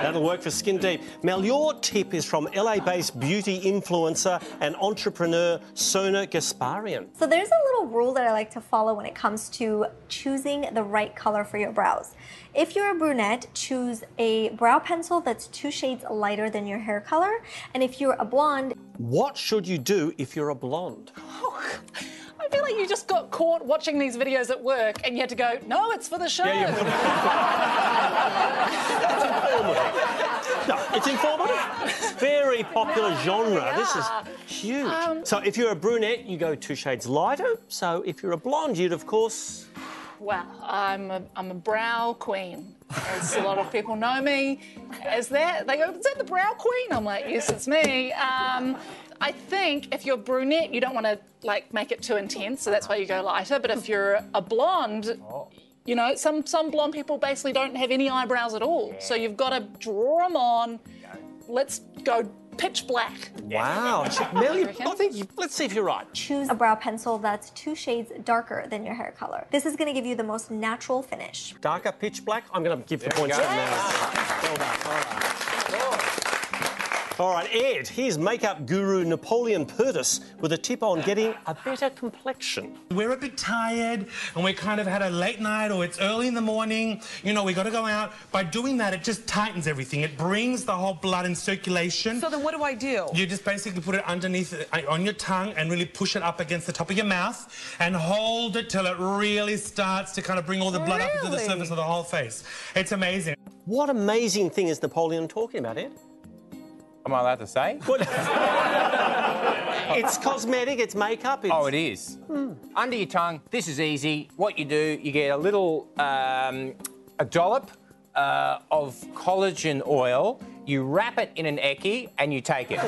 S2: That'll work for Skin Deep. Mel, your tip is from LA based beauty influencer and entrepreneur Sona Gasparian.
S10: So there's a little rule that I like to follow when it comes to choosing the right color for your brows. If you're a brunette, choose a brow pencil that's two shades lighter than your hair color. And if you're a blonde,
S2: What should you do if you're a blonde?
S6: I feel like you just got caught watching these videos at work and you had to go, no, it's for the show.
S2: No, it's informative. It's very popular genre. This is huge. so if you're a brunette, you go two shades lighter. So if you're a blonde, you'd of course.
S6: Well, I'm a, I'm a brow queen. As a lot of people know me as that. They go, is that the brow queen? I'm like, yes, it's me. Um, I think if you're brunette, you don't want to like make it too intense, so that's why you go lighter. But if you're a blonde, you know, some some blonde people basically don't have any eyebrows at all. So you've got to draw them on. Let's go pitch black.
S2: [LAUGHS] Wow, Mel, you- I think you, let's see if you're right.
S10: choose a brow pencil that's two shades darker than your hair color. This is gonna give you the most natural finish.
S2: Darker pitch black. I'm going to give the points
S10: go.
S2: to Mel. Well done. All right. All right, Ed. Here's makeup guru Napoleon Purtis with a tip on getting a better complexion.
S16: We're a bit tired and we kind of had a late night or it's early in the morning. You know, we got to go out. By doing that, it just tightens everything. It brings the whole blood in circulation. So then what do I do? You just basically put it underneath uh, on your tongue and really push it up against the top of your mouth and hold it till it really starts to kind of bring all the blood up to the
S2: Really?
S16: surface of the whole face. It's amazing.
S2: What amazing thing is Napoleon talking about, Ed?
S4: Am I allowed to say?
S2: [LAUGHS] it's cosmetic. It's makeup. It's...
S4: Oh, it is. Under your tongue. This is easy. What you do, you get a little, um, a dollop uh, of collagen oil. You wrap it in an eki and you take it.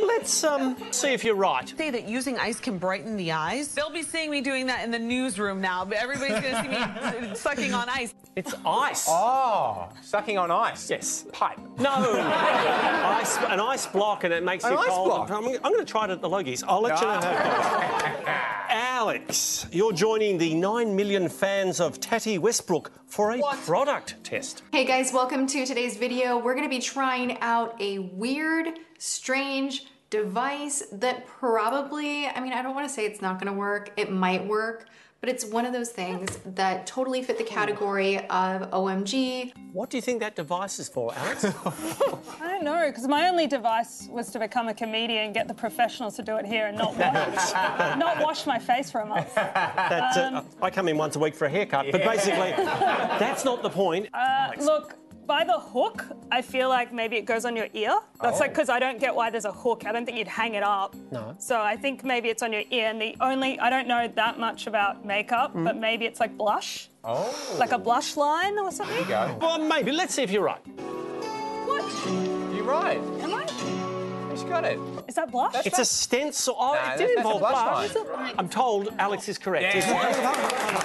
S2: Let's um, see if you're right.
S17: Say that using ice can brighten the eyes. They'll be seeing me doing that in the newsroom now. But everybody's going to [LAUGHS] see me sucking on ice.
S2: It's ice.
S4: Oh, sucking on ice.
S2: Yes. Pipe. No. [LAUGHS] ice, an ice block and it makes
S4: An
S2: you
S4: ice
S2: cold.
S4: block?
S2: I'm, I'm going to try it at the Logies. I'll let you know how it goes.
S4: [LAUGHS]
S2: Alex, you're joining the 9 million fans of Tatty Westbrook for a product test.
S18: Hey guys, welcome to today's video. We're gonna be trying out a weird, strange device that probably, I mean, I don't wanna say it's not gonna work, it might work, but it's one of those things that totally fit the
S5: Hmm.
S18: category of OMG.
S2: What do you think that device is for,
S4: [LAUGHS]
S2: Alex?
S5: I don't know, because my only device was to become a comedian and get the professionals to do it here and
S18: [LAUGHS]
S5: not wash, not wash my face for a month.
S2: That's it. uh, I come in once a week for a haircut, but
S5: Yeah.
S2: basically, that's not the point.
S5: Uh, look, by the hook, I feel like maybe it goes on your ear. That's like because I don't get why there's a hook. I don't think you'd hang it up.
S2: Oh. No.
S5: So I think maybe it's on your ear. And the only I don't know that much about makeup,
S2: Mm.
S5: but maybe it's like blush,
S2: Oh.
S5: like a blush line or something.
S2: Well, maybe. Let's see if you're right.
S5: What?
S4: You're right.
S5: Am I?
S4: She's got it.
S5: Is that blush?
S2: it's a stencil. Oh,
S4: No,
S2: it
S4: that's-
S2: did
S4: that's a
S2: involve
S4: blush
S2: blush.
S4: line.
S2: I'm told Alex is correct.
S4: Yeah.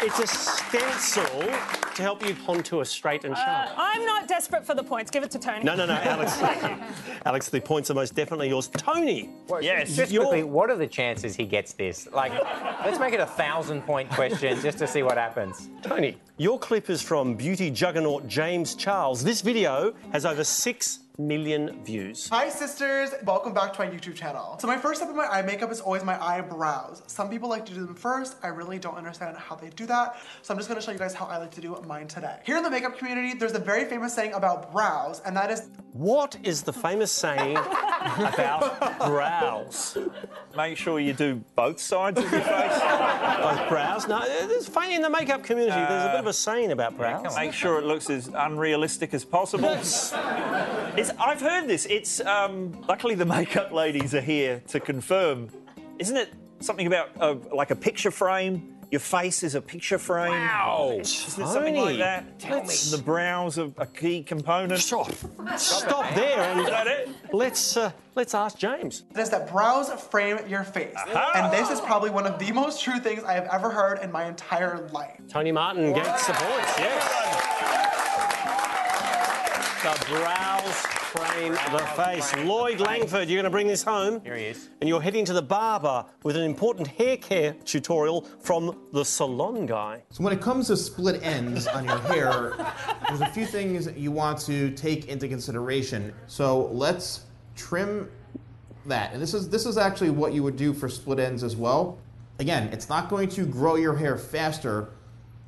S2: It's a stencil to help you contour straight and sharp.
S5: Uh, I'm not desperate for the points. Give it to Tony.
S2: No, no, no, Alex. Alex, the points are most definitely yours. Tony.
S4: Yes. Just
S2: you're-
S4: quickly, what are the chances he gets this? Like, let's make it a thousand point question just to see what happens.
S2: Tony, your clip is from beauty juggernaut James Charles. This video has over 6 million views.
S19: Hi, sisters. Welcome back to my YouTube channel. So my first step in my eye makeup is always my eyebrows. Some people like to do them first. I really don't understand how they do that. So I'm just gonna show you guys how I like to do mine today. Here in the makeup community, there's a very famous saying about brows, and that is,
S2: What is the famous saying about brows?
S3: Make sure you do both sides of your face.
S2: [LAUGHS] Both brows? No, there's funny in the makeup community. There's a bit of a saying about brows.
S3: Make sure it looks as unrealistic as possible.
S2: Yes.
S3: It's, I've heard this. It's um, luckily the makeup ladies are here to confirm. Isn't it something about uh like a picture frame? Your face is a picture frame. Wow. Isn't it something like
S2: Tony,
S3: that?
S2: Tell let's- me.
S3: The brows are a key component. Stop.
S2: Stop there. And
S3: Is that it?
S2: Let's uh, let's ask James.
S19: that is that brows frame your face. And this is probably one of the most true things I have ever heard in my entire life.
S2: Tony Martin gets the points. Yes. The brows frame the face. Lloyd Langford, you're going to bring this home. Here he is. And you're heading to the barber with an important hair care tutorial from the salon guy.
S21: So when it comes to split ends on your hair, there's a few things that you want to take into consideration. So let's trim that. And this is this is actually what you would do for split ends as well. Again, it's not going to grow your hair faster.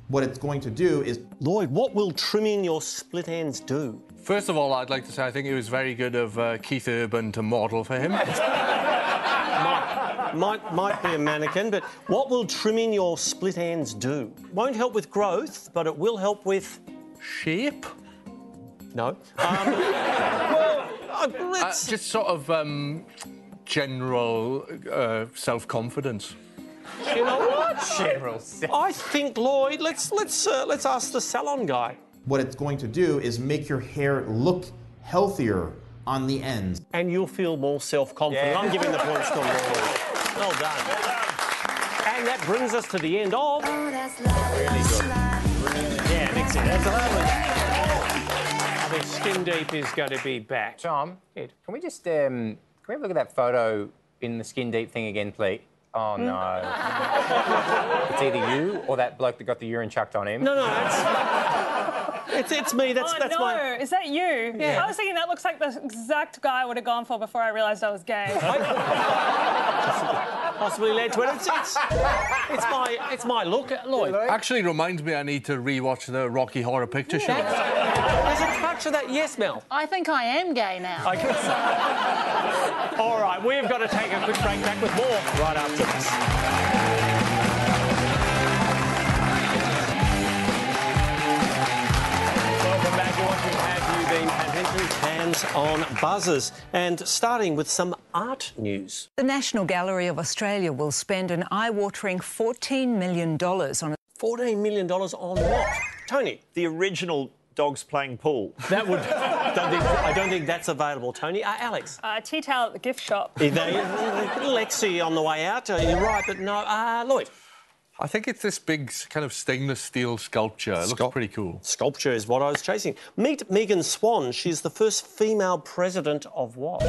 S21: What it's going to do is
S2: Lloyd, what will trimming your split ends do?
S7: First of all, I'd like to say I think it was very good of uh, Keith Urban to model for him.
S2: Might, might be a mannequin, but what will trimming your split ends do? Won't help with growth, but it will help with.
S7: Shape?
S2: No. Um, [LAUGHS] well, uh, let's.
S7: Uh, just sort of um, general uh, self-confidence.
S2: You know what?
S7: General
S2: I think Lloyd. Let's let's uh, let's ask the salon guy.
S21: what it's going to do is make your hair look healthier on the ends.
S2: And you'll feel more self-confident. I'm giving the points to Lloyd. Well done. And that brings us to the end of. Really good. Yeah, mix it. That's I think Skin Deep is going to be back.
S4: Tom, dude, can we just um, can we have a look at that photo in the skin deep thing again, please? Oh
S2: Hmm?
S4: no.
S2: [LAUGHS]
S4: it's either you or that bloke that got the urine chucked on him.
S2: No, no, It's, it's me. That's
S5: oh,
S2: that's
S5: no.
S2: my.
S5: Is that you?
S2: Yeah.
S5: I was thinking that looks like the exact guy I would have gone for before I realised I
S2: [LAUGHS]
S5: was gay.
S2: Possibly led to it. It's, it's, it's my it's my look, Lloyd.
S7: Actually reminds me I need to re-watch the Rocky Horror Picture Show.
S2: There's a touch of that yes, Mel.
S6: I think I am gay now.
S2: I All right, we've got to take a quick break. Back with more right after this. Welcome back. You're watching Have You Been Paying Attention? Hands on buzzers, and starting with some art news.
S25: The National Gallery of Australia will spend an eye-watering $14 million on
S2: $14 million on what? Tony.
S3: The original dogs playing pool.
S2: That would Don't think, I don't think that's available, Tony. Uh, Alex.
S5: Uh, tea towel at the gift shop.
S2: Is that- Lexi on the way out. Uh, you're right, but no. Uh, Lloyd.
S7: I think it's this big s- kind of stainless steel sculpture. It looks pretty cool.
S2: Sculpture is what I was chasing. Meet Megan Swan. She's the first female president of what?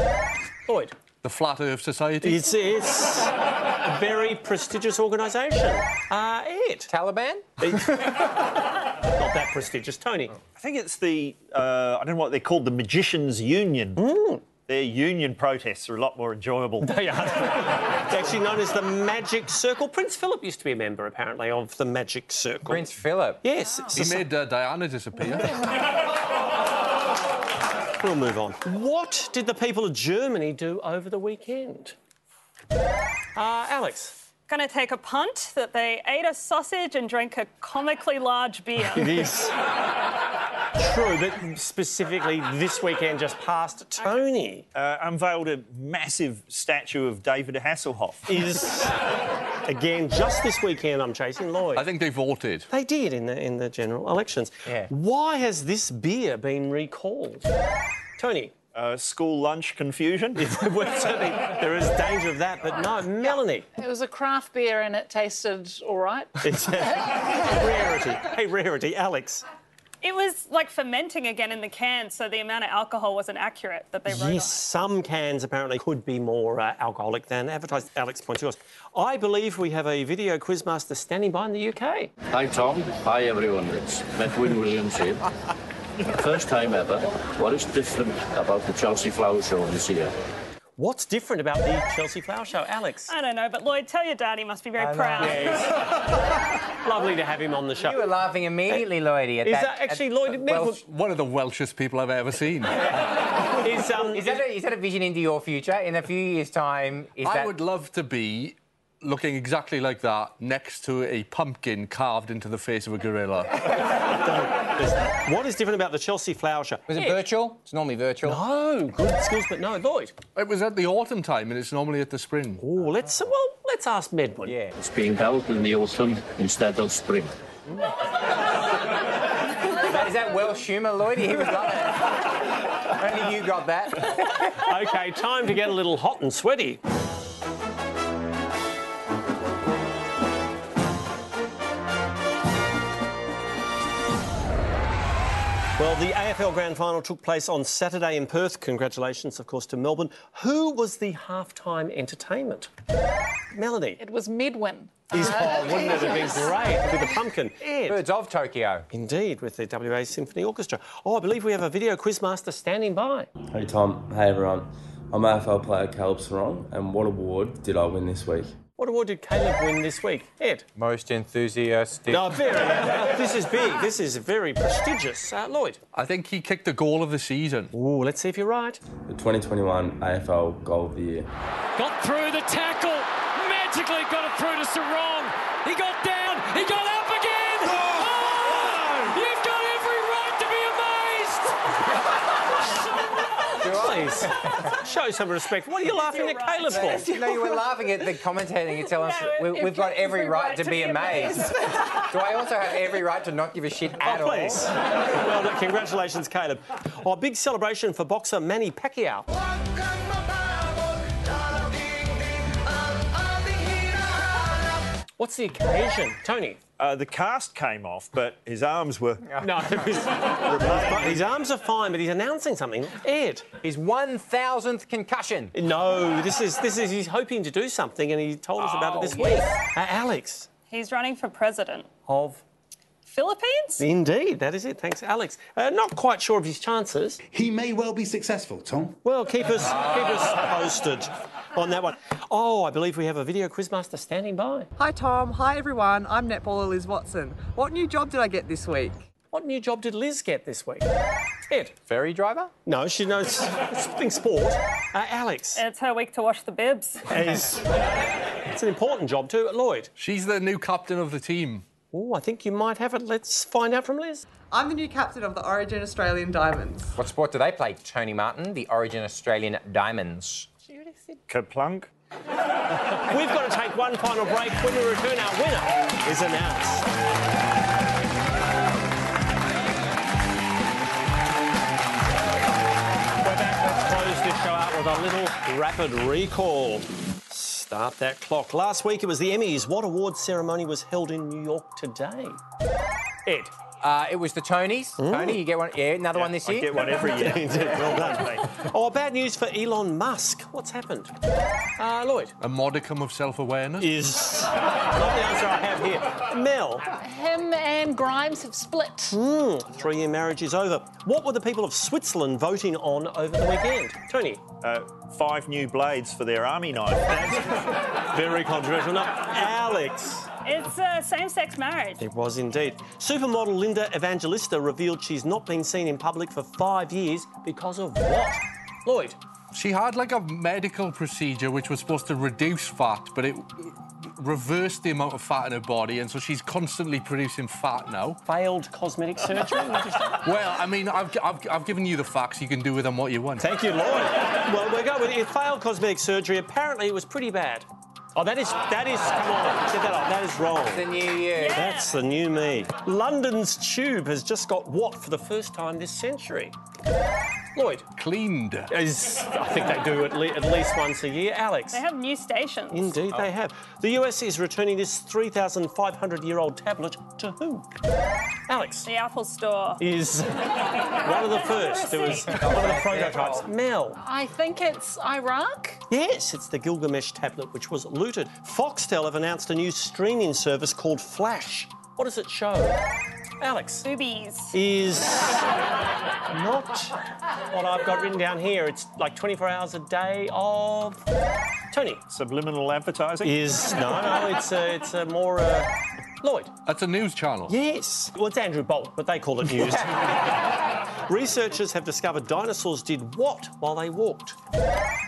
S2: Lloyd.
S7: The Flat Earth Society.
S2: It's, it's a very prestigious organisation. Uh, it.
S4: Taliban?
S2: Not that prestigious, Tony.
S3: I think it's the uh, I don't know what they're called, the Magicians Union.
S2: Mm.
S3: Their union protests are a lot
S2: [LAUGHS]
S3: more enjoyable.
S2: They are. It's actually known as the Magic Circle. Prince Philip used to be a member, apparently, of the Magic Circle. Prince
S4: Philip?
S2: Yes. it's
S7: He
S2: a-
S7: made uh, Diana disappear.
S2: We'll move on. What did the people of Germany do over the weekend? Uh, Alex.
S5: Gonna take a punt that they ate a sausage and drank a comically large beer.
S4: [LAUGHS]
S2: It is true, but specifically this weekend just passed, Tony
S3: uh, unveiled a massive statue of David Hasselhoff.
S2: is again just this weekend I'm chasing Lloyd. I
S7: think they voted.
S2: They did in the in the general elections. Yeah. Why has this beer been recalled? Tony. [LAUGHS]
S3: Uh, school lunch confusion.
S2: well, certainly there is danger of that, but no, Melanie.
S6: It was a craft beer and it tasted all right.
S2: It's a rarity. Hey, rarity, Alex.
S5: It was like fermenting again in the can, so the amount of alcohol wasn't accurate that they wrote
S2: Yes, some cans apparently could be more uh, alcoholic than advertised. Alex, points yours. I believe we have a video quizmaster standing by in the UK.
S1: Hi, Tom. Hi, everyone. It's Medwin Williams here. First time ever. What is different about the Chelsea Flower Show this year?
S2: What's different about the Chelsea Flower Show, Alex?
S5: I don't know, but Lloyd, tell your dad he must be very proud.
S2: Lovely to have him on the show.
S4: You were laughing immediately, Lloydie. At
S2: Is
S4: that,
S2: that actually Lloyd
S4: Welsh-
S7: One of the Welshest people I've ever seen.
S2: Is, um,
S4: is, that a, is that a vision into your future? In a few years' time, is
S7: I
S4: that...
S7: would love to be looking exactly like that next to a pumpkin carved into the face of a gorilla.
S2: What is different about the Chelsea Flower Show?
S4: Was it
S2: Yeah.
S4: virtual? It's normally virtual.
S2: No, good skills, but no, Lloyd.
S7: It was at the autumn time and it's normally at the spring.
S2: Oh, let's well, let's ask Medwin.
S4: Yeah.
S1: It's being held in the autumn instead of spring.
S4: Is that, is that Welsh humour, Lloydie? He was [LAUGHS] laughing. Only you got that.
S2: okay, time to get a little hot and sweaty. Well, the AFL Grand Final took place on Saturday in Perth. Congratulations, of course, to Melbourne. Who was the halftime entertainment? Melanie.
S6: It was Midwin.
S2: Is, oh, wouldn't it have been
S6: yes.
S2: great with the pumpkin?
S4: Birds of Tokyo.
S2: Indeed, with the WA Symphony Orchestra. Oh, I believe we have a video quizmaster standing by.
S11: Hey Tom, hey everyone. I'm AFL player Caleb Sarong, and what award did I win this week?
S2: What award did Caleb win this week? Ed.
S4: Most enthusiastic.
S2: No, very. this is big. This is very prestigious. Uh, Lloyd.
S7: I think he kicked the goal of the season.
S2: Ooh, let's see if you're right.
S11: The 2021 AFL Goal of the Year.
S20: Got through the tackle. Magically got it through to Sarong. He got down. He got up again. Oh! You've got every right to be amazed.
S2: [LAUGHS] Please, show some respect. What are you laughing at Caleb for?
S4: No, you were laughing at the commentating and telling us we, we've got every right to be amazed. [LAUGHS] Do I also have every right to not give a shit at
S2: Oh,
S4: all?
S2: please. well, look, congratulations, Caleb. Oh, a big celebration for boxer Manny Pacquiao. What's the occasion, Tony?
S3: Uh, the cast came off, but his arms were.
S2: No, it was- but his arms are fine, but he's announcing something. Ed.
S4: His 1,000th concussion.
S2: No, this is this is he's hoping to do something, and he told us about it this
S5: Oh,
S2: week.
S5: yes.
S2: Uh, Alex
S5: [LAUGHS] He's running for president.
S2: of
S5: Philippines?
S2: Indeed, that is it. Thanks, Alex. Uh, not quite sure of his chances.
S22: He may well be successful, Tom.
S2: Well, keep us keep us posted on that one. Oh, I believe we have a video quizmaster standing by.
S23: Hi Tom, hi everyone. I'm netballer Liz Watson. What new job did I get this week?
S2: What new job did Liz get this week? Ed.
S4: Ferry driver?
S2: No, she knows something sport. Uh, Alex.
S5: It's her week to wash the bibs.
S2: Is, it's an important job too. Lloyd.
S7: She's the new captain of the team.
S2: Oh, I think you might have it. Let's find out from Liz.
S23: I'm the new captain of the Origin Australian Diamonds.
S4: What sport do they play? Tony Martin, the Origin Australian Diamonds.
S3: Kaplunk.
S2: We've got to take one final break. When we return, our winner is announced. with a little rapid recall. Start that clock. Last week it was the Emmys. What awards ceremony was held in New York today? Ed.
S4: Uh, it was the Tonys. Tony, you get one. Yeah, another one this
S2: I
S4: year.
S2: get one every [LAUGHS] year.
S3: [LAUGHS]
S2: You did. Well done, mate. Oh, bad news for Elon Musk. What's happened? Uh, Lloyd.
S7: A modicum of self awareness?
S2: Is not the answer I have here. Mel.
S6: Him and Grimes have split.
S2: Hmm, three year marriage is over. What were the people of Switzerland voting on over the weekend? Tony.
S3: Uh, five new blades for their army knife. That's
S2: very controversial. Now, Alex.
S5: It's uh, same-sex marriage.
S2: It was indeed. Supermodel Linda Evangelista revealed she's not been seen in public for five years because of what? Lloyd.
S7: She had like a medical procedure which was supposed to reduce fat, but it reversed the amount of fat in her body, and so she's constantly producing fat now.
S2: Failed cosmetic [LAUGHS] surgery?
S7: well, I mean, I've, I've, I've given you the facts. You can do with them what you want.
S2: Thank you, Lloyd. well, we're going with it. Failed cosmetic surgery. Apparently, it was pretty bad. Oh, that is, that is, come on, get that off. That is wrong.
S4: The new year.
S2: That's the new me. London's tube has just got what for the first time this century? Lloyd.
S7: Cleaned.
S2: Is, I think they do at, le- at least once a year. Alex.
S5: They have new stations.
S2: Indeed, they have. The US is returning this 3,500 year old tablet to whom? Alex.
S5: The Apple Store.
S2: Is one of the first. It was one of the prototypes. Mel.
S6: I think it's Iraq.
S2: Yes, it's the Gilgamesh tablet which was looted. Foxtel have announced a new streaming service called Flash. What does it show? Alex.
S5: Boobies.
S2: Is not what I've got written down here. It's like 24 hours a day of. Tony.
S3: Subliminal advertising?
S2: Is. No, no, it's a, it's a more. Uh, Lloyd.
S7: That's a news channel.
S2: Yes. Well, it's Andrew Bolt, but they call it
S4: [LAUGHS]
S2: news. Researchers have discovered dinosaurs did what while they walked?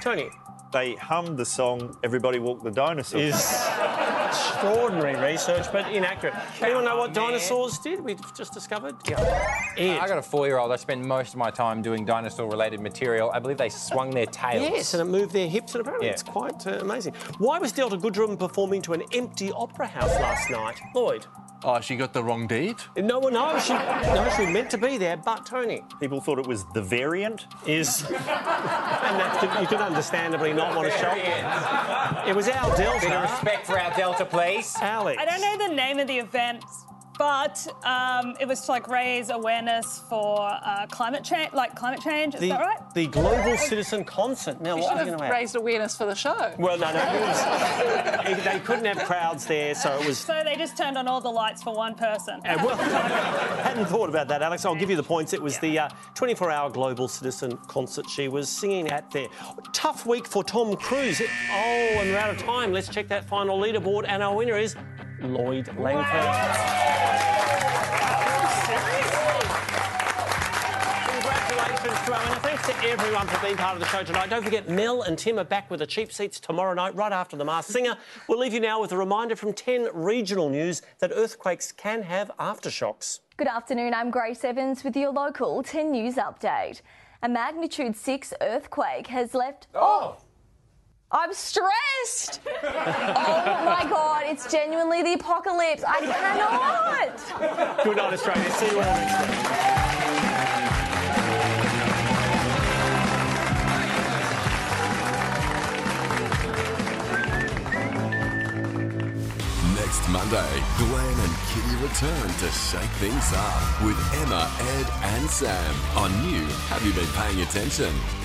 S2: Tony.
S3: They hummed the song Everybody Walk the Dinosaur.
S2: Is extraordinary research, but inaccurate. Anyone know what dinosaurs did? We've just discovered.
S4: I I got a four-year-old. I spend most of my time doing dinosaur-related material. I believe they swung their tails.
S2: Yes, and it moved their hips, and apparently
S4: Yeah.
S2: it's quite uh, amazing. Why was Delta Goodrum performing to an empty opera house last night? Lloyd.
S7: Oh, she got the wrong date.
S2: No one knows. She, no, she meant to be there, but Tony.
S3: People thought it was the variant.
S2: Is. and that's, you could understandably not want to show it. It was our Delta.
S4: Bit of respect for our Delta, please.
S2: Alex.
S5: I don't know the name of the event, but um, it was to like raise awareness for uh, climate change. Like climate change, is
S2: The,
S5: that right?
S2: the Global Citizen Concert. Now,
S6: We
S2: what
S6: should
S2: are you going
S6: have
S2: to add?
S6: raised awareness for the show.
S2: Well, no, no. [LAUGHS] It was, they couldn't have crowds there, so it was
S5: So they just turned on all the lights for one person.
S2: And well, [LAUGHS] hadn't thought about that, Alex. I'll give you the points. It was the uh, 24 hour Global Citizen concert she was singing at there. Tough week for Tom Cruise. It- oh, and we're out of time. Let's check that final leaderboard, and our winner is Lloyd Langford. Congratulations to our winner. Thanks to everyone for being part of the show tonight. Don't forget, Mel and Tim are back with the cheap seats tomorrow night, right after The Masked Singer. We'll leave you now with a reminder from 10 regional news that earthquakes can have aftershocks.
S8: Good afternoon, I'm Grace Evans with your local 10 News update. A magnitude 6 earthquake has left. Oh! I'm stressed! oh my god, it's genuinely the apocalypse. I cannot!
S2: Good night, Australia. See you all next week.
S12: Next Monday, Glenn and Kitty return to shake things up with Emma, Ed, and Sam on new Have You Been Paying Attention?